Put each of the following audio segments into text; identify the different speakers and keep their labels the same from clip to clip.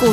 Speaker 1: 股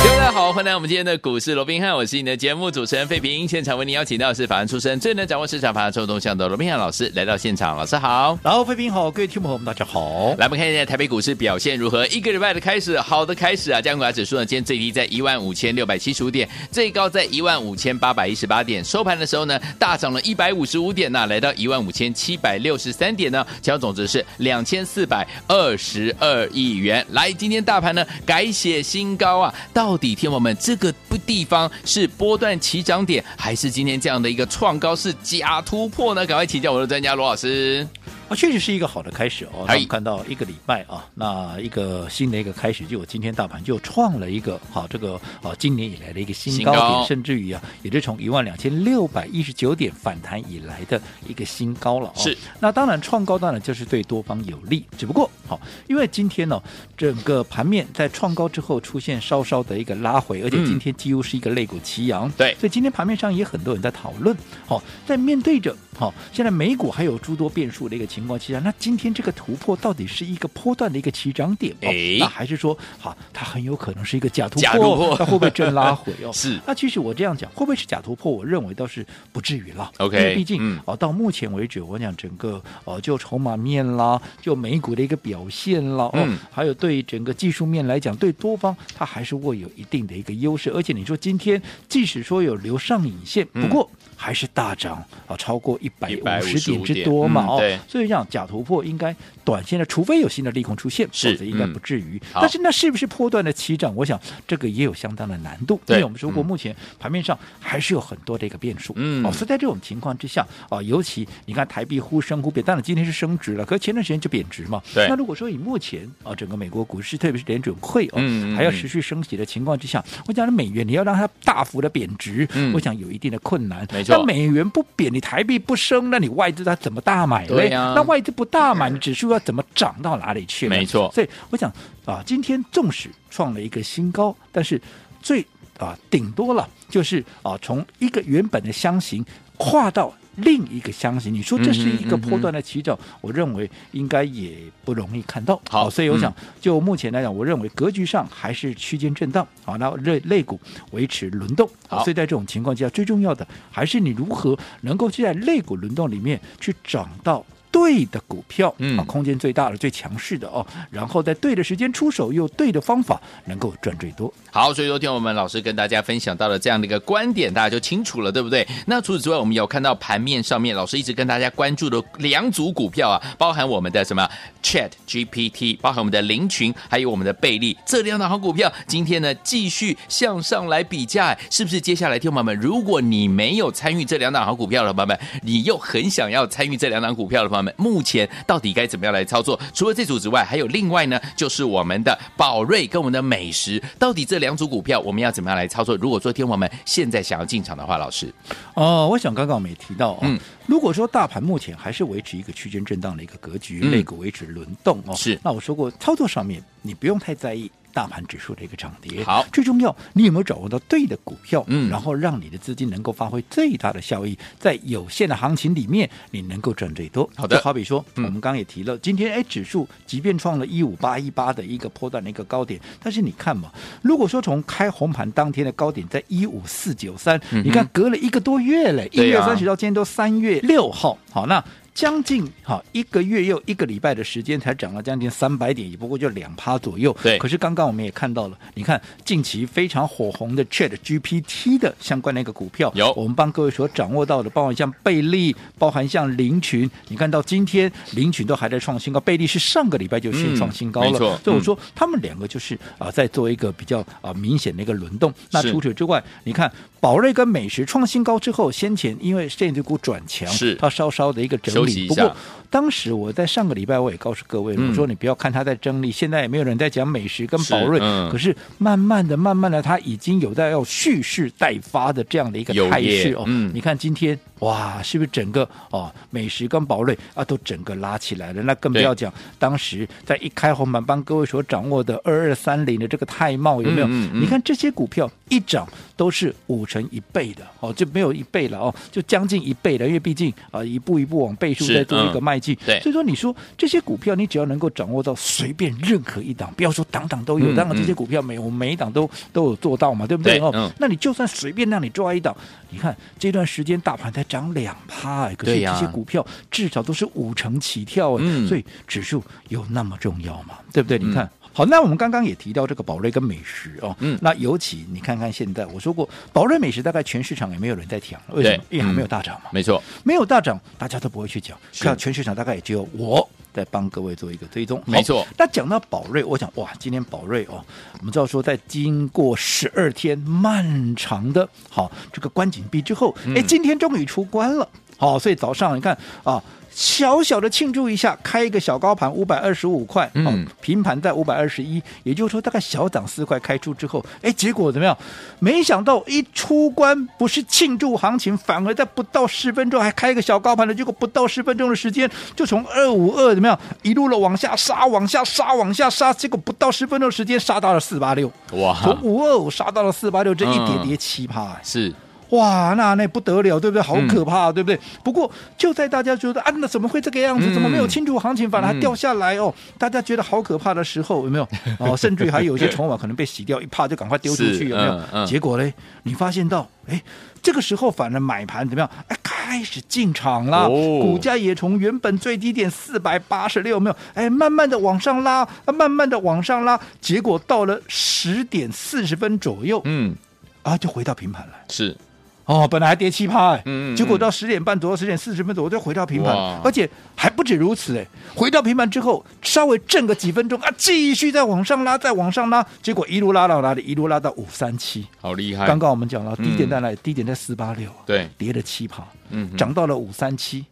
Speaker 2: 各位大家好，欢迎来到我们今天的股市罗宾汉，我是你的节目主持人费平。现场为您邀请到的是法案出身、最能掌握市场法案臭动向的罗宾汉老师来到现场，老师好。
Speaker 3: 然后，飞兵好，各位听众朋友们，大家好。
Speaker 2: 来，我们看一下台北股市表现如何？一个礼拜的开始，好的开始啊！加权指数呢，今天最低在15,675点，最高在15,818点，收盘的时候呢，大涨了155点呐、来到15,763点呢，成交总值是2,422亿元。来，今天大盘呢改写新高啊！到底天王们这个不地方是波段起涨点，还是今天这样的一个创高是假突破呢？赶快请教我的专家罗老师。
Speaker 3: 啊，确实是一个好的开始
Speaker 2: 哎
Speaker 3: 哦。那我们看到一个礼拜啊，那一个新的一个开始，就我今天大盘就创了一个好、这个啊今年以来的一个新高点，
Speaker 2: 新高
Speaker 3: 甚至于啊，也是从一万两千六百一十九点反弹以来的一个新高了、哦。
Speaker 2: 是，
Speaker 3: 那当然创高当然就是对多方有利，只不过好、因为今天呢、整个盘面在创高之后出现稍稍的一个拉回，而且
Speaker 2: 嗯
Speaker 3: 今天几乎是一个肋骨齐扬。
Speaker 2: 对
Speaker 3: 所以今天盘面上也很多人在讨论，好、在面对着好、现在美股还有诸多变数的一个情况之下，那今天这个突破到底是一个波段的一个起涨点哦，
Speaker 2: 哎
Speaker 3: 那还是说好、它很有可能是一个假突破，
Speaker 2: 假突破？
Speaker 3: 那会不会真拉回哦
Speaker 2: 是
Speaker 3: 那其实我这样讲，会不会是假突破？我认为倒是不至于了。
Speaker 2: OK，
Speaker 3: 因为毕竟、
Speaker 2: 嗯
Speaker 3: 哦，到目前为止，我讲整个哦，就筹码面啦，就美股的一个表现啦，哦，
Speaker 2: 嗯
Speaker 3: 还有对整个技术面来讲，对多方它还是握有一定的一个优势。而且你说今天即使说有留上影线，
Speaker 2: 嗯
Speaker 3: 不过还是大涨啊、超过一百五
Speaker 2: 155
Speaker 3: 十点之多嘛，
Speaker 2: 点嗯
Speaker 3: 哦
Speaker 2: 对，
Speaker 3: 所以讲假突破应该短线的，除非有新的利空出现，
Speaker 2: 是
Speaker 3: 否则应该
Speaker 2: 嗯
Speaker 3: 不至于。
Speaker 2: 好
Speaker 3: 但是那是不是波段的起涨？我想这个也有相当的难度，
Speaker 2: 对
Speaker 3: 因为我们说过
Speaker 2: 嗯
Speaker 3: 目前盘面上还是有很多的一个变数，
Speaker 2: 嗯
Speaker 3: 哦，所以在这种情况之下，啊、尤其你看台币忽升忽贬，当然今天是升值了，可是前段时间就贬值嘛。
Speaker 2: 对
Speaker 3: 那如果说以目前啊、整个美国股市，特别是联准会哦，
Speaker 2: 嗯嗯
Speaker 3: 还要
Speaker 2: 嗯
Speaker 3: 持续升息的情况之下，我讲美元你要让它大幅的贬值，
Speaker 2: 嗯
Speaker 3: 我想有一定的困难。
Speaker 2: 没错
Speaker 3: 那美元不贬，你台币不升，那你外资它怎么大买嘞？
Speaker 2: 对呀嗯
Speaker 3: 那外资不大买，你指数要怎么涨到哪里去呢？
Speaker 2: 没错
Speaker 3: 所以我想啊，今天纵使创了一个新高，但是最啊顶多了就是啊从一个原本的箱型跨到。另一个箱型，你说这是一
Speaker 2: 嗯
Speaker 3: 个
Speaker 2: 哼嗯哼
Speaker 3: 波段的起涨，我认为应该也不容易看到。
Speaker 2: 好嗯
Speaker 3: 所以我想、就目前来讲，我认为格局上还是区间震荡。好，那类类股维持轮动。
Speaker 2: 好
Speaker 3: 所以在这种情况之下，最重要的还是你如何能够去在类股轮动里面去找到。对的股票，
Speaker 2: 嗯
Speaker 3: 啊，空间最大的、最强势的哦，然后在对的时间出手，用对的方法，能够赚最多。
Speaker 2: 好，所以昨天我们老师跟大家分享到了这样的一个观点，大家就清楚了，对不对？那除此之外，我们有看到盘面上面老师一直跟大家关注的两组股票啊，包含我们的什么 Chat GPT，包含我们的林群，还有我们的贝利这两档好股票，今天呢继续向上来比价，是不是？接下来，听众朋友们，如果你没有参与这两档好股票的朋友们，你又很想要参与这两档股票的朋友们，目前到底该怎么样来操作？除了这组之外，还有另外呢，就是我们的宝瑞跟我们的美食，到底这两组股票我们要怎么样来操作？如果说听众朋友们现在想要进场的话，老师，
Speaker 3: 哦，我想刚刚我们也提到哦，
Speaker 2: 嗯
Speaker 3: 如果说大盘目前还是维持一个区间震荡的一个格局，
Speaker 2: 嗯
Speaker 3: 类股维持轮动哦，
Speaker 2: 是
Speaker 3: 那我说过，操作上面你不用太在意。大盘指数的一个涨跌，
Speaker 2: 好
Speaker 3: 最重要，你有没有掌握到对的股票？
Speaker 2: 嗯
Speaker 3: 然后让你的资金能够发挥最大的效益，在有限的行情里面，你能够赚最多。
Speaker 2: 好的
Speaker 3: 就好比说，
Speaker 2: 嗯
Speaker 3: 我们刚刚也提了，今天哎，指数即便创了一五八一八的一个波段的一个高点，但是你看嘛，如果说从开红盘当天的高点在一五四九三，
Speaker 2: 嗯哼
Speaker 3: 你看隔了一个多月嘞，一
Speaker 2: 对
Speaker 3: 月
Speaker 2: 呀
Speaker 3: 三十到今天都三月六号，好那。将近好一个月又一个礼拜的时间，才涨了将近三百点，也不过就两趴左右。
Speaker 2: 对
Speaker 3: 可是刚刚我们也看到了，你看近期非常火红的 Chat GPT 的相关的一个股票，
Speaker 2: 有
Speaker 3: 我们帮各位所掌握到的，包含像贝利，包含像林群，你看到今天林群都还在创新高，贝利是上个礼拜就先
Speaker 2: 嗯
Speaker 3: 创新高
Speaker 2: 没
Speaker 3: 了。
Speaker 2: 错
Speaker 3: 所以我
Speaker 2: 嗯
Speaker 3: 说他们两个就是啊、在做一个比较啊、明显的一个轮动。那
Speaker 2: 是
Speaker 3: 除此之外，你看宝瑞跟美食创新高之后，先前因为电子股转强，
Speaker 2: 是
Speaker 3: 它稍稍的一个整
Speaker 2: 休
Speaker 3: 理。
Speaker 2: 息一
Speaker 3: 不
Speaker 2: 下
Speaker 3: 过当时我在上个礼拜我也告诉各位，
Speaker 2: 嗯
Speaker 3: 我说你不要看它在整理，现在也没有人在讲美食跟
Speaker 2: 是
Speaker 3: 宝瑞，
Speaker 2: 嗯
Speaker 3: 可是慢慢的、慢慢的，它已经有在要蓄势待发的这样的一个
Speaker 2: 有
Speaker 3: 态
Speaker 2: 耶
Speaker 3: 势哦。
Speaker 2: 嗯
Speaker 3: 你看今天哇，是不是整个哦美食跟宝瑞啊都整个拉起来了？那更不
Speaker 2: 对
Speaker 3: 要讲当时在一开红盘帮各位所掌握的二二三零的这个泰茂有没有？
Speaker 2: 嗯嗯嗯
Speaker 3: 你看这些股票一涨都是五成一倍的哦，就没有一倍了哦，就将近一倍了，因为毕竟啊、一步一步往倍数
Speaker 2: 是
Speaker 3: 在做一个
Speaker 2: 嗯
Speaker 3: 迈进。
Speaker 2: 对
Speaker 3: 所以说你说这些股票，你只要能够掌握到随便任何一档，不要说档档都有，
Speaker 2: 嗯
Speaker 3: 当然这
Speaker 2: 嗯
Speaker 3: 些股票每我们每一档都都有做到嘛，对不对？
Speaker 2: 对
Speaker 3: 哦，
Speaker 2: 嗯
Speaker 3: 那你就算随便让你抓一档，你看这段时间大盘才涨两趴，哎可是
Speaker 2: 对呀
Speaker 3: 这些股票至少都是五成起跳哎，
Speaker 2: 嗯
Speaker 3: 所以指数有那么重要吗？对不对？你看。好，那我们刚刚也提到这个宝瑞跟美食哦，
Speaker 2: 嗯
Speaker 3: 那尤其你看看现在，我说过宝瑞美食大概全市场也没有人在讲了，为什么？
Speaker 2: 对
Speaker 3: 因为还没
Speaker 2: 嗯
Speaker 3: 有大涨嘛，
Speaker 2: 没错，
Speaker 3: 没有大涨，大家都不会去讲。
Speaker 2: 是
Speaker 3: 看全市场大概也只有我在帮各位做一个追踪，好
Speaker 2: 没错
Speaker 3: 那讲到宝瑞，我想哇，今天宝瑞哦，我们知道说在经过十二天漫长的好这个关紧闭之后，
Speaker 2: 嗯
Speaker 3: 哎、今天终于出关了。好，所以早上你看啊。小小的庆祝一下，开一个小高盘五百二十五块，
Speaker 2: 嗯
Speaker 3: 好平盘在五百二十一，也就是说大概小涨四块开出之后，哎，结果怎么样？没想到一出关不是庆祝行情，反而在不到十分钟还开一个小高盘的，结果不到十分钟的时间就从二五二怎么样一路的往下杀，往下杀，往下杀，结果不到十分钟的时间杀到了四八六，从
Speaker 2: 哇，
Speaker 3: 五二五杀到了四八六，这一
Speaker 2: 嗯
Speaker 3: 跌跌七趴。哎
Speaker 2: 是
Speaker 3: 哇，那那不得了，对不对？好
Speaker 2: 嗯
Speaker 3: 可怕，对不对？不过就在大家觉得啊，那怎么会这个样子？
Speaker 2: 嗯
Speaker 3: 怎么没有庆祝行情，反而还
Speaker 2: 嗯
Speaker 3: 掉下来哦？大家觉得好可怕的时候，有没有？ 哦，甚至于还有一些筹码可能被洗掉，一怕就赶快丢出
Speaker 2: 是
Speaker 3: 去，有没有？
Speaker 2: 嗯嗯
Speaker 3: 结果嘞，你发现到，哎，这个时候反而买盘怎么样？哎，开始进场了，
Speaker 2: 哦
Speaker 3: 股价也从原本最低点四百八十六，有没有？哎，慢慢的往上拉，啊慢慢的往上拉，结果到了十点四十分左右，
Speaker 2: 嗯
Speaker 3: 啊，就回到平盘了。
Speaker 2: 是
Speaker 3: 哦，本来还跌七趴，哎、
Speaker 2: 嗯嗯
Speaker 3: 结果
Speaker 2: 嗯
Speaker 3: 到十点半左右，十点四十分左右就回到平盘
Speaker 2: 哇，
Speaker 3: 而且还不止如此，哎，回到平盘之后，稍微震个几分钟啊，继续再往上拉，再往上拉，结果一路拉到哪里？一路拉到五三七。
Speaker 2: 好厉害，
Speaker 3: 刚刚我们讲了，低点
Speaker 2: 哎嗯
Speaker 3: 在哪里？低点在四八六，啊
Speaker 2: 对
Speaker 3: 跌了七趴，
Speaker 2: 嗯哼
Speaker 3: 涨到了五三七，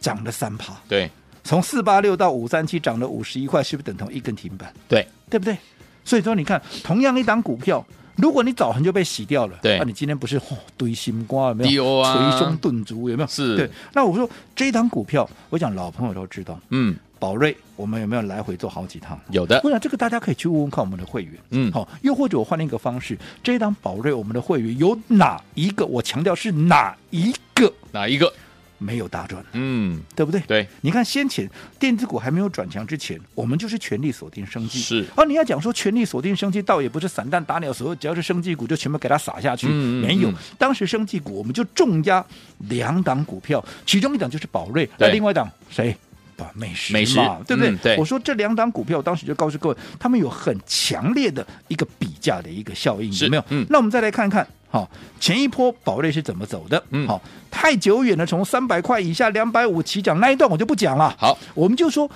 Speaker 3: 涨了三趴，
Speaker 2: 对
Speaker 3: 从四八六到五三七涨了五十一块，是不是等同一根停板？
Speaker 2: 对
Speaker 3: 对不对？所以说，你看，同样一档股票，如果你早很就被洗掉了，
Speaker 2: 对
Speaker 3: 那、你今天不是、哦、堆心瓜有没
Speaker 2: 对
Speaker 3: 有？
Speaker 2: 哦啊
Speaker 3: 捶胸顿足有没有？
Speaker 2: 是
Speaker 3: 对。那我说这一档股票，我讲老朋友都知道，
Speaker 2: 嗯
Speaker 3: 宝瑞，我们有没有来回做好几趟？
Speaker 2: 有的
Speaker 3: 我想这个大家可以去问问看我们的会员，
Speaker 2: 嗯
Speaker 3: 好、又或者我换另一个方式，这一档宝瑞，我们的会员有哪一个？我强调是哪一个
Speaker 2: 哪一个
Speaker 3: 没有大赚的，
Speaker 2: 嗯
Speaker 3: 对不对？
Speaker 2: 对
Speaker 3: 你看先前电子股还没有转强之前，我们就是全力锁定生机。
Speaker 2: 是
Speaker 3: 而你要讲说全力锁定生机，倒也不是散弹打鸟，所有只要是生技股就全部给它撒下去，
Speaker 2: 嗯嗯
Speaker 3: 没有
Speaker 2: 嗯。
Speaker 3: 当时生技股我们就重压两档股票，其中一档就是宝瑞，啊
Speaker 2: 对
Speaker 3: 那另外一档谁？把美食
Speaker 2: 美食
Speaker 3: 嘛对不对？
Speaker 2: 嗯对
Speaker 3: 我说这两档股票，当时就告诉各位，他们有很强烈的一个比价的一个效应，
Speaker 2: 是
Speaker 3: 有没有？
Speaker 2: 嗯
Speaker 3: 那我们再来看看，好、前一波宝瑞是怎么走的？
Speaker 2: 嗯
Speaker 3: 好、太久远了，从三百块以下两百五起涨那一段我就不讲了。
Speaker 2: 好
Speaker 3: 我们就说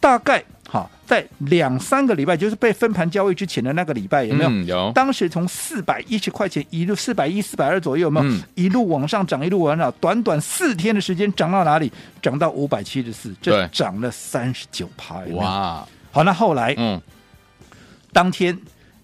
Speaker 3: 大概哈，在两三个礼拜，就是被分盘交易之前的那个礼拜，有没有？
Speaker 2: 嗯有
Speaker 3: 当时从四百一十块钱一路四百一、四百二左右，有没有？
Speaker 2: 嗯
Speaker 3: 一路往上涨，一路往上涨，短短四天的时间涨到哪里？涨到五百七十四，这
Speaker 2: 对
Speaker 3: 涨了三十九趴。有没有！
Speaker 2: 哇
Speaker 3: 好，那后来、
Speaker 2: 嗯
Speaker 3: 当天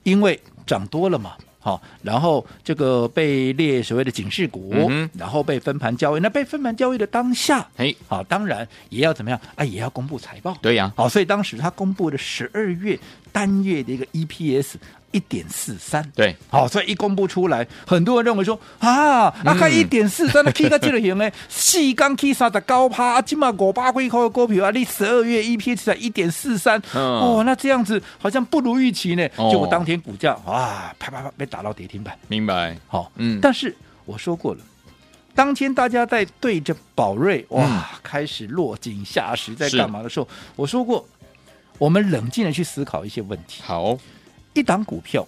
Speaker 3: 因为涨多了嘛。好，然后这个被列所谓的警示股，
Speaker 2: 嗯哼
Speaker 3: 然后被分盘交易。那被分盘交易的当下，
Speaker 2: 嘿
Speaker 3: 好，当然也要怎么样啊？也要公布财报。
Speaker 2: 对呀
Speaker 3: 好，所以当时他公布的十二月单月的一个 EPS 一点四三，
Speaker 2: 对
Speaker 3: 好，所以一公布出来，很多人认为说啊，
Speaker 2: 嗯
Speaker 3: 啊，看一点四三的 K 个这个型呢，细刚 K 三十高趴，啊，今嘛五百几块的股票啊，你十二月 EPS 才一点四三，
Speaker 2: 嗯
Speaker 3: 哦，那这样子好像不如预期呢，
Speaker 2: 哦
Speaker 3: 结果当天股价啊，啪啪啪被打到跌停板，
Speaker 2: 明白
Speaker 3: 好、
Speaker 2: 嗯
Speaker 3: 但是我说过了。当天大家在对着宝瑞哇、
Speaker 2: 嗯
Speaker 3: 开始落井下石，在
Speaker 2: 是
Speaker 3: 干嘛的时候，我说过，我们冷静的去思考一些问题。
Speaker 2: 好
Speaker 3: 一档股票，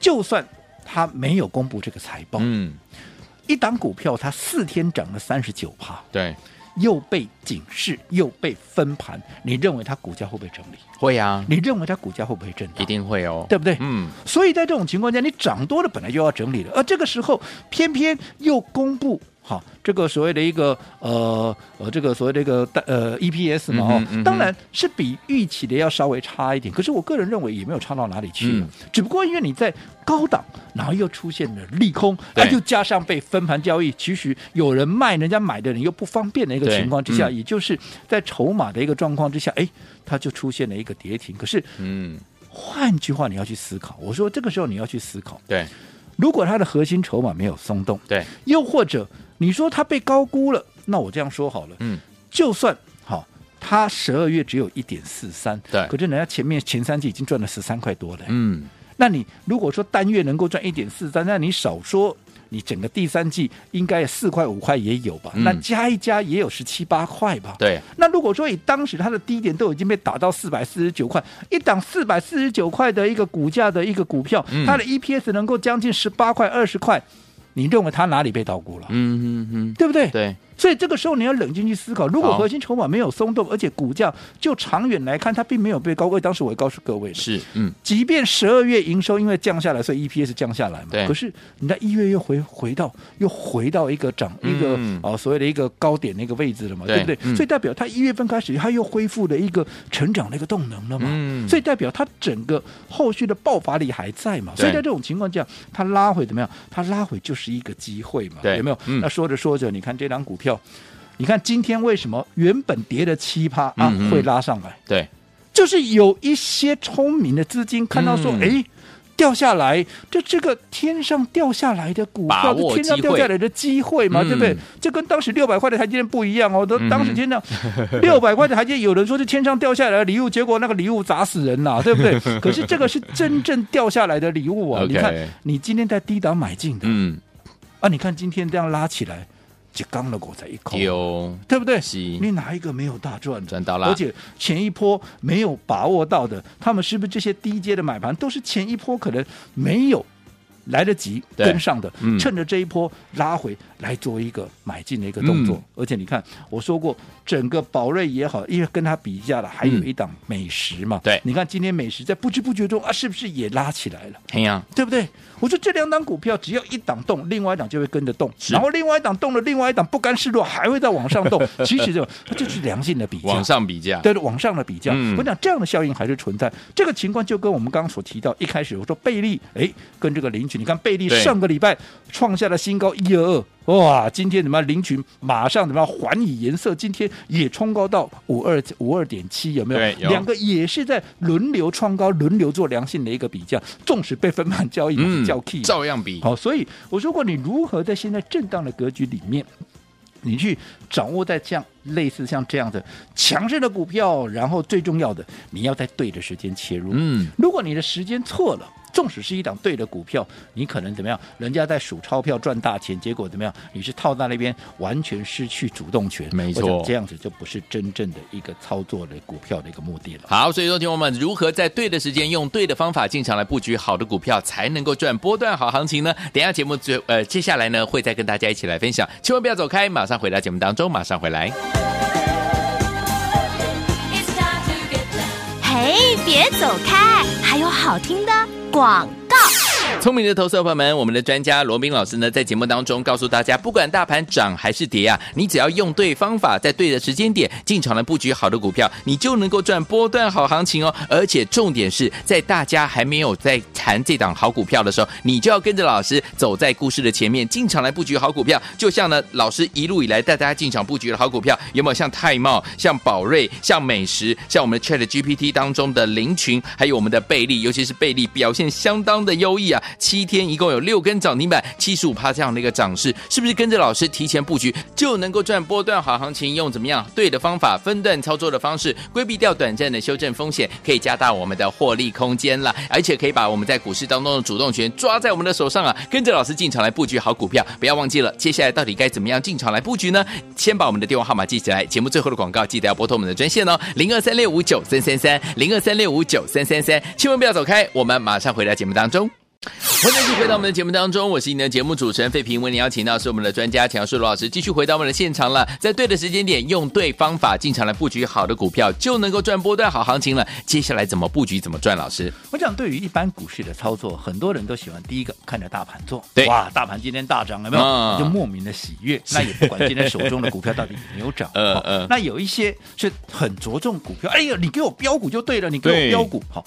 Speaker 3: 就算它没有公布这个财报，
Speaker 2: 嗯
Speaker 3: 一档股票它四天涨了三十九趴，
Speaker 2: 对
Speaker 3: 又被警示，又被分盘，你认为它股价会不会整理？
Speaker 2: 会呀
Speaker 3: 你认为它股价会不会震荡？
Speaker 2: 一定会哦
Speaker 3: 对不对？
Speaker 2: 嗯
Speaker 3: 所以在这种情况下，你涨多了本来就要整理了，而这个时候偏偏又公布。好，这个所谓的一个呃呃，这个所谓的一个呃 EPS 嘛，哦
Speaker 2: 嗯哼，嗯哼
Speaker 3: 当然是比预期的要稍微差一点，可是我个人认为也没有差到哪里去，
Speaker 2: 嗯
Speaker 3: 只不过因为你在高档，然后又出现了利空，
Speaker 2: 对
Speaker 3: 啊，又加上被分盘交易，其实有人卖，人家买的人又不方便的一个
Speaker 2: 对
Speaker 3: 情况之下，
Speaker 2: 嗯
Speaker 3: 也就是在筹码的一个状况之下，哎，它就出现了一个跌停。可是
Speaker 2: 嗯，
Speaker 3: 换句话，你要去思考，我说这个时候你要去思考，
Speaker 2: 对
Speaker 3: 如果它的核心筹码没有松动，
Speaker 2: 对，
Speaker 3: 又或者你说它被高估了，那我这样说好了，
Speaker 2: 嗯，
Speaker 3: 就算好，它十二月只有一点四三，
Speaker 2: 对
Speaker 3: 可是人家前面前三季已经赚了十三块多了，
Speaker 2: 嗯，
Speaker 3: 那你如果说单月能够赚一点四三，那你少说。你整个第三季应该四块五块也有吧，
Speaker 2: 嗯
Speaker 3: 那加一加也有十七八块吧。
Speaker 2: 对，
Speaker 3: 那如果说以当时它的低点都已经被打到四百四十九块，一档四百四十九块的一个股价的一个股票，
Speaker 2: 嗯
Speaker 3: 它的 EPS 能够将近十八块二十块，你认为它哪里被高估了？
Speaker 2: 嗯嗯嗯，
Speaker 3: 对不对？
Speaker 2: 对，
Speaker 3: 所以这个时候你要冷静去思考，如果
Speaker 2: 好
Speaker 3: 核心筹码没有松动，而且股价就长远来看它并没有被高估，因为当时我也告诉各位的，
Speaker 2: 是，嗯，
Speaker 3: 即便十二月营收因为降下来，所以 EPS 降下来嘛
Speaker 2: 对。
Speaker 3: 可是你在一月又回回到又回到一个涨、
Speaker 2: 嗯
Speaker 3: 一个哦、所谓的一个高点那个位置了嘛，
Speaker 2: 对
Speaker 3: 对不对？
Speaker 2: 嗯
Speaker 3: 所以代表它一月份开始它又恢复了一个成长的一个动能了嘛。
Speaker 2: 嗯
Speaker 3: 所以代表它整个后续的爆发力还在嘛。
Speaker 2: 对
Speaker 3: 所以在这种情况下，它拉回怎么样？它拉回就是一个机会嘛，
Speaker 2: 对
Speaker 3: 有没有？
Speaker 2: 嗯
Speaker 3: 那说着说着，你看这张股票。你看今天为什么原本跌了七趴啊
Speaker 2: 嗯嗯
Speaker 3: 会拉上来？
Speaker 2: 对，
Speaker 3: 就是有一些聪明的资金看到说，
Speaker 2: 嗯
Speaker 3: 哎、掉下来，这这个天上掉下来的股
Speaker 2: 把
Speaker 3: 票，
Speaker 2: 握
Speaker 3: 这天上
Speaker 2: 机会
Speaker 3: 掉下来的机会嘛，
Speaker 2: 嗯
Speaker 3: 对不对？这跟当时六百块的台积电不一样哦，都
Speaker 2: 嗯哼
Speaker 3: 当时 天上六百块的台积电，有人说是天上掉下来的礼物，结果那个礼物砸死人啦、对不 对？可是这个是真正掉下来的礼物啊！
Speaker 2: OK
Speaker 3: 你看，你今天在低档买进的、
Speaker 2: 嗯，
Speaker 3: 啊，你看今天这样拉起来，就刚了狗在一口，
Speaker 2: 有
Speaker 3: 对不对？
Speaker 2: 是
Speaker 3: 你哪一个没有大赚的？
Speaker 2: 赚到啦
Speaker 3: 而，且前一波没有把握到的，他们是不是这些低阶的买盘都是前一波可能没有来得及
Speaker 2: 对
Speaker 3: 跟上的，
Speaker 2: 嗯
Speaker 3: 趁着这一波拉回来做一个买进的一个动作。
Speaker 2: 嗯
Speaker 3: 而且你看，我说过，整个宝瑞也好，因为跟它比价了，还有一档美食嘛。
Speaker 2: 对
Speaker 3: 你看今天美食在不知不觉中啊，是不是也拉起来了？
Speaker 2: 哎呀，
Speaker 3: 对不对？我说这两档股票只要一档动，另外一档就会跟着动，
Speaker 2: 是
Speaker 3: 然后另外一档动了，另外一档不甘示弱，还会再往上动。其实这就是 良性的比较
Speaker 2: 往。上比价，
Speaker 3: 对往上的比较，
Speaker 2: 嗯
Speaker 3: 我讲这样的效应还是存在。这个情况就跟我们刚刚所提到，一开始我说贝利，哎，跟这个林群，你看贝利
Speaker 2: 对
Speaker 3: 上个礼拜创下了新高一二二，哇，今天怎么样林群马上怎么样还以颜色，今天也冲高到五二五二点七，有没有？
Speaker 2: 对有
Speaker 3: 两个也是在轮流创高，轮流做良性的一个比较，纵使被分盘
Speaker 2: 嗯
Speaker 3: 交易，也是叫 key 嘛。
Speaker 2: 照样比，
Speaker 3: 好，所以我说过，你如何在现在震荡的格局里面，你去掌握在像类似像这样的强势的股票，然后最重要的，你要在对的时间切入。
Speaker 2: 嗯，
Speaker 3: 如果你的时间错了。纵使是一档对的股票，你可能怎么样？人家在数钞票赚大钱，结果怎么样？你是套在那边，完全失去主动权。
Speaker 2: 没
Speaker 3: 我想
Speaker 2: 错
Speaker 3: 这样子就不是真正的一个操作的股票的一个目的了。
Speaker 2: 好，所以说，听我们如何在对的时间用对的方法进场来布局好的股票，才能够赚波段好行情呢？等一下节目最呃接下来呢会再跟大家一起来分享，千万不要走开，马上回到节目当中，马上回来。
Speaker 1: 嘿，别走开，还有好听的广告。
Speaker 2: 聪明的投资者朋友们，我们的专家罗斌老师呢，在节目当中告诉大家，不管大盘涨还是跌啊，你只要用对方法，在对的时间点进场来布局好的股票，你就能够赚波段好行情哦。而且重点是在大家还没有在谈这档好股票的时候，你就要跟着老师走在故事的前面，进场来布局好股票。就像呢，老师一路以来带大家进场布局的好股票，有没有像泰茂、像宝瑞、像美食、像我们的 Chat GPT 当中的林群，还有我们的贝利，尤其是贝利表现相当的优异啊，七天一共有六根涨停板，七十五趴这样的一个涨势，是不是跟着老师提前布局就能够赚波段好行情？用怎么样对的方法、分段操作的方式，规避掉短暂的修正风险，可以加大我们的获利空间啦，而且可以把我们在股市当中的主动权抓在我们的手上啊，跟着老师进场来布局好股票。不要忘记了，接下来到底该怎么样进场来布局呢？先把我们的电话号码记起来，节目最后的广告记得要拨通我们的专线哦，零二三六五九三三三，零二三六五九三三三，千万不要走开，我们马上回到节目当中。欢迎继续回到我们的节目当中，我是你的节目主持人费平。为您邀请到是我们的专家强顺罗老师，继续回到我们的现场了。在对的时间点，用对方法进场来布局好的股票，就能够赚波段好行情了。接下来怎么布局，怎么赚？老师，
Speaker 3: 我讲，对于一般股市的操作，很多人都喜欢第一个看着大盘做，
Speaker 2: 对
Speaker 3: 哇，大盘今天大涨了没有？
Speaker 2: 嗯
Speaker 3: 你就莫名的喜 悦。那也不管今天手中的股票到底有没有涨，
Speaker 2: 嗯
Speaker 3: 好
Speaker 2: 嗯
Speaker 3: 那有一些是很着重股票，哎呀，你给我标股就对了，你给
Speaker 2: 对
Speaker 3: 我标股好。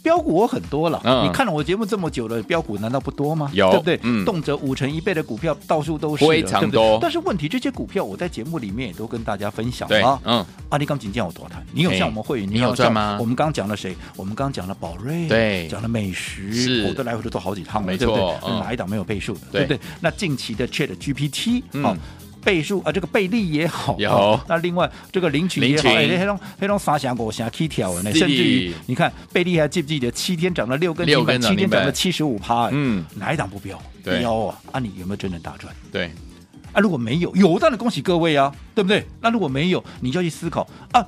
Speaker 3: 标股我很多了，
Speaker 2: 嗯
Speaker 3: 你看了我节目这么久了，标股难道不多吗？
Speaker 2: 有
Speaker 3: 对不对？
Speaker 2: 嗯
Speaker 3: 动辄五成一倍的股票到处都是了，
Speaker 2: 非常
Speaker 3: 对不对
Speaker 2: 多
Speaker 3: 但是问题，这些股票我在节目里面也都跟大家分享
Speaker 2: 对
Speaker 3: 了，。啊
Speaker 2: 嗯，
Speaker 3: 阿里钢琴见我多谈，你有
Speaker 2: 嘿
Speaker 3: 像我们会员，
Speaker 2: 你有
Speaker 3: 像
Speaker 2: 赚吗
Speaker 3: 我们刚刚讲了谁？我们刚刚讲了宝瑞，
Speaker 2: 对
Speaker 3: 讲了美食，
Speaker 2: 是
Speaker 3: 我都来回都做好几趟了，
Speaker 2: 没
Speaker 3: 对不
Speaker 2: 错
Speaker 3: 对？
Speaker 2: 嗯
Speaker 3: 哪一档没有倍数的，
Speaker 2: 对
Speaker 3: 对不对？那近期的 Chat GPT
Speaker 2: 嗯
Speaker 3: 啊。倍数啊，这个倍利也好，
Speaker 2: 有
Speaker 3: 啊那另外这个领取也好，
Speaker 2: 领取
Speaker 3: 哎，黑龙黑龙三峡我峡 K 条呢，
Speaker 2: 是
Speaker 3: 甚至于你看贝利还记不记得七天涨了六根
Speaker 2: 六
Speaker 3: 停
Speaker 2: 根
Speaker 3: 板，
Speaker 2: 涨
Speaker 3: 七天
Speaker 2: 停板
Speaker 3: 涨了七十五趴，哎
Speaker 2: 嗯，
Speaker 3: 哪一档不飙？
Speaker 2: 对
Speaker 3: 飙啊！啊，你有没有真正大赚？
Speaker 2: 对，
Speaker 3: 啊，如果没有，有当然恭喜各位啊，对不对？那如果没有，你就要去思考啊，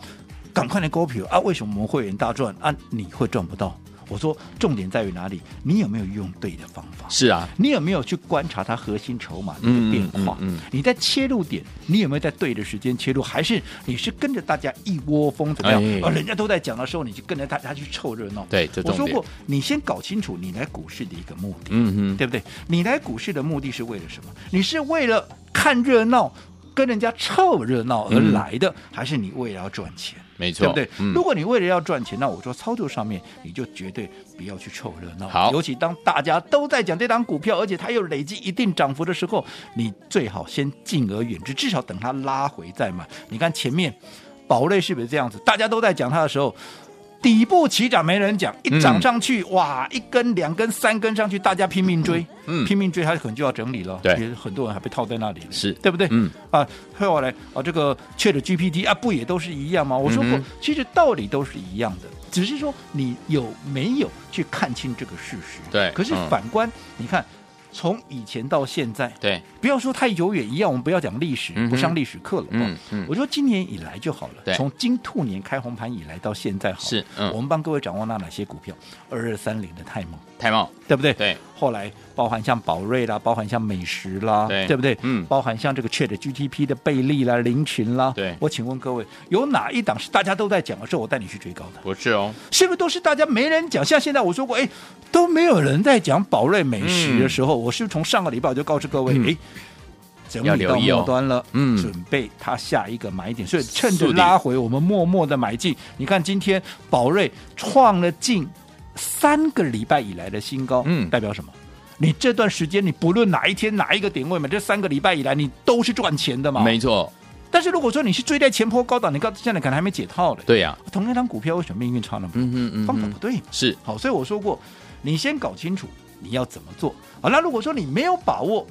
Speaker 3: 赶快来勾票啊，为什么我们会员大赚啊？你会赚不到？我说重点在于哪里？你有没有用对的方法？
Speaker 2: 是啊，
Speaker 3: 你有没有去观察它核心筹码的一个变化？
Speaker 2: 嗯嗯嗯嗯
Speaker 3: 你在切入点，你有没有在对的时间切入？还是你是跟着大家一窝蜂怎么样？
Speaker 2: 哎
Speaker 3: 而人家都在讲的时候，你就跟着大家去凑热闹？
Speaker 2: 对这
Speaker 3: 我
Speaker 2: 重
Speaker 3: 说
Speaker 2: 点
Speaker 3: 过，你先搞清楚你来股市的一个目的。
Speaker 2: 嗯哼，
Speaker 3: 对不对？你来股市的目的是为了什么？你是为了看热闹，跟人家凑热闹而来的，还是你为了要赚钱？
Speaker 2: 没错，
Speaker 3: 对不对？
Speaker 2: 嗯
Speaker 3: 如果你为了要赚钱，那我说操作上面你就绝对不要去凑热闹。
Speaker 2: 好
Speaker 3: 尤其当大家都在讲这档股票，而且它又累积一定涨幅的时候，你最好先敬而远之，至少等它拉回再买。你看前面宝瑞是不是这样子？大家都在讲它的时候。底部起涨没人讲，一
Speaker 2: 嗯
Speaker 3: 涨上去、哇，一根、两根、三根上去，大家拼命追，
Speaker 2: 嗯
Speaker 3: 拼命追，它可能就要整理了。
Speaker 2: 对
Speaker 3: 其实很多人还被套在那里了，
Speaker 2: 是
Speaker 3: 对不对？
Speaker 2: 嗯，
Speaker 3: 啊，后来啊，这个 Chat GPT 啊，不也都是一样吗？我说过，
Speaker 2: 嗯哼
Speaker 3: 其实道理都是一样的，只是说你有没有去看清这个事实。
Speaker 2: 对
Speaker 3: 可是
Speaker 2: 嗯
Speaker 3: 反观，你看，从以前到现在，
Speaker 2: 对，
Speaker 3: 不要说太久远，一样我们不要讲历史，
Speaker 2: 嗯哼
Speaker 3: 不上历史课了。哦
Speaker 2: 嗯嗯
Speaker 3: 我说今年以来就好
Speaker 2: 对
Speaker 3: 了，从金兔年开红盘以来到现在好了，
Speaker 2: 是嗯
Speaker 3: 我们帮各位掌握到哪些股票？二二三零的泰蒙，
Speaker 2: 太茂，
Speaker 3: 对不对？
Speaker 2: 对，
Speaker 3: 后来包含像宝瑞啦，包含像美食啦，
Speaker 2: 对
Speaker 3: 不对？
Speaker 2: 嗯
Speaker 3: 包含像这个 Chat GTP 的贝利啦、林群啦，
Speaker 2: 对
Speaker 3: 我请问各位，有哪一档是大家都在讲的时候，我带你去追高的？
Speaker 2: 不是哦，
Speaker 3: 是不是都是大家没人讲？像现在我说过，哎，都没有人在讲宝瑞美食的时候，我是不是从上个礼拜我就告诉各位，
Speaker 2: 嗯
Speaker 3: 哎、整
Speaker 2: 要
Speaker 3: 理
Speaker 2: 留
Speaker 3: 到
Speaker 2: 意哦
Speaker 3: 末端了，
Speaker 2: 嗯
Speaker 3: 准备它下一个买点，所以趁
Speaker 2: 速
Speaker 3: 着
Speaker 2: 地
Speaker 3: 拉回，我们默默的买进。你看今天宝瑞创了近三个礼拜以来的新高，
Speaker 2: 嗯
Speaker 3: 代表什么？你这段时间，你不论哪一天哪一个点位嘛，这三个礼拜以来，你都是赚钱的嘛。
Speaker 2: 没错，
Speaker 3: 但是如果说你是追在前坡高档，你告现在可能还没解套嘞。，
Speaker 2: 对呀、
Speaker 3: 同样一张股票为什么命运差那么多？
Speaker 2: 嗯哼嗯
Speaker 3: 方法不
Speaker 2: 哼，
Speaker 3: 对嘛
Speaker 2: 是
Speaker 3: 好，所以我说过，你先搞清楚你要怎么做。好，那如果说你没有把握，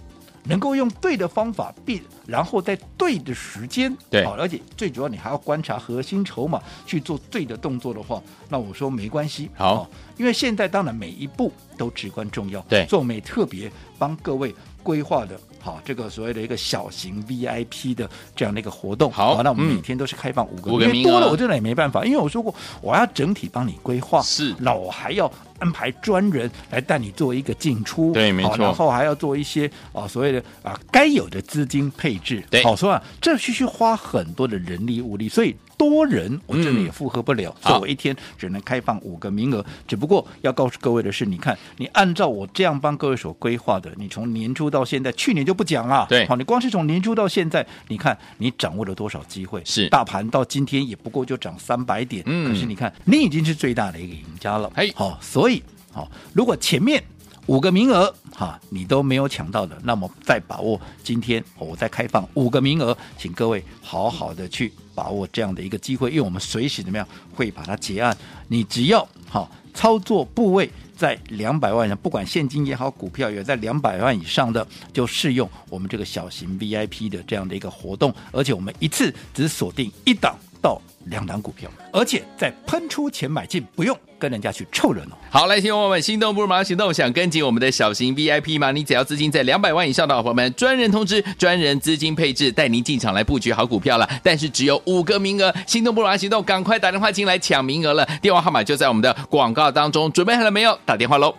Speaker 3: 能够用对的方法，必然后在对的时间，
Speaker 2: 对
Speaker 3: 好，而且最主要你还要观察核心筹码去做对的动作的话，那我说没关系，
Speaker 2: 好
Speaker 3: 因为现在当然每一步都至关重要，
Speaker 2: 对
Speaker 3: 所以我们也特别帮各位规划的。好，这个所谓的一个小型 VIP 的这样的一个活动，
Speaker 2: 好
Speaker 3: 那我们
Speaker 2: 嗯
Speaker 3: 每天都是开放五个，
Speaker 2: 五个
Speaker 3: 因为
Speaker 2: 名
Speaker 3: 多
Speaker 2: 额
Speaker 3: 了我真的也没办法，因为我说过我要整体帮你规划，
Speaker 2: 是
Speaker 3: 那我还要安排专人来带你做一个进出，
Speaker 2: 对没
Speaker 3: 好
Speaker 2: 错
Speaker 3: 然后还要做一些啊所谓的啊该有的资金配置，
Speaker 2: 对
Speaker 3: 好，所以啊这必须花很多的人力物力，所以多人我真的
Speaker 2: 嗯
Speaker 3: 也负荷不了，
Speaker 2: 好
Speaker 3: 所以我一天只能开放五个名额。只不过要告诉各位的是，你看你按照我这样帮各位所规划的，你从年初到现在，去年就不讲了，
Speaker 2: 对
Speaker 3: 好，你光是从年初到现在，你看你掌握了多少机会？
Speaker 2: 是
Speaker 3: 大盘到今天也不过就涨三百点，
Speaker 2: 嗯
Speaker 3: 可是你看你已经是最大的一个赢家了，
Speaker 2: 嘿
Speaker 3: 好、所以好、如果前面五个名额哈、你都没有抢到的，那么再把握今天、哦我再开放五个名额，请各位好好的去把握这样的一个机会，因为我们随时怎么样会把它结案，你只要好、操作部位。在两百万以上，不管现金也好，股票也好在两百万以上的，就适用我们这个小型 VIP 的这样的一个活动，而且我们一次只锁定一档到两档股票，而且在喷出前买进，不用跟人家去凑热闹。
Speaker 2: 好，来，听众朋友们，心动不如马上行动，想跟紧我们的小型 VIP 吗？你只要资金在两百万以上的好朋友们，专人通知，专人资金配置，带您进场来布局好股票了。但是只有五个名额，心动不如马上行动，赶快打电话进来抢名额了。电话号码就在我们的广告当中，准备好了没有？打电话喽。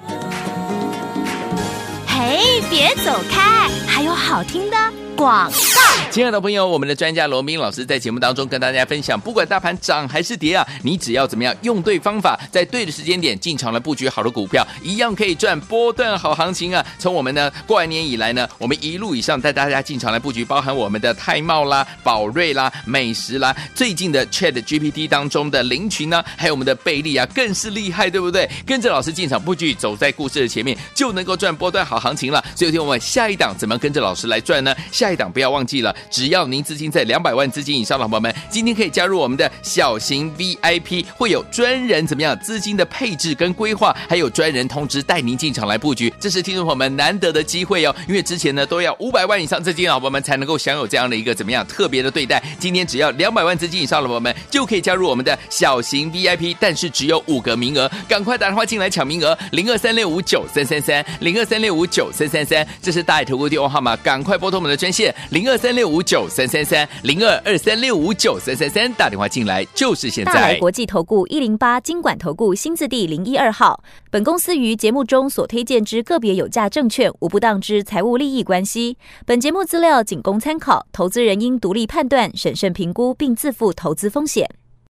Speaker 1: 嘿，别走开，还有好听的广告。
Speaker 2: 亲爱的朋友，我们的专家罗斌老师在节目当中跟大家分享，不管大盘涨还是跌啊，你只要怎么样用对方法，在对的时间点进场来布局好的股票，一样可以赚波段好行情啊！从我们呢过完年以来呢，我们一路以上带大家进场来布局，包含我们的泰茂啦、宝瑞啦、美食啦，最近的 Chat GPT 当中的林群呢、还有我们的贝利啊，更是厉害，对不对？跟着老师进场布局，走在故事的前面，就能够赚波段好行情了。所以，听我们下一档怎么跟着老师来赚呢？下一档不要忘记了，只要您资金在两百万资金以上的好朋友们，今天可以加入我们的小型 VIP，会有专人怎么样资金的配置跟规划，还有专人通知带您进场来布局。这是听众朋友们难得的机会哦，因为之前呢都要五百万以上资金的好朋友们才能够享有这样的一个怎么样特别的对待，今天只要两百万资金以上的朋友们就可以加入我们的小型 VIP，但是只有五个名额，赶快打电话进来抢名额，零二三六五九三三三，零二三六五九三三三，这是大爱投顾电话号码，赶快拨通我们的专线零二三六五九三三三，零二二三六五九三三三，打电话进来就是现
Speaker 4: 大来
Speaker 2: 在。
Speaker 4: 国际投顾一零八金管投顾新字第零一二号。本公司于节目中所推荐之个别有价证券，无不当之财务利益关系。本节目资料仅供参考，投资人应独立判断、审慎评估，并自负投资风险。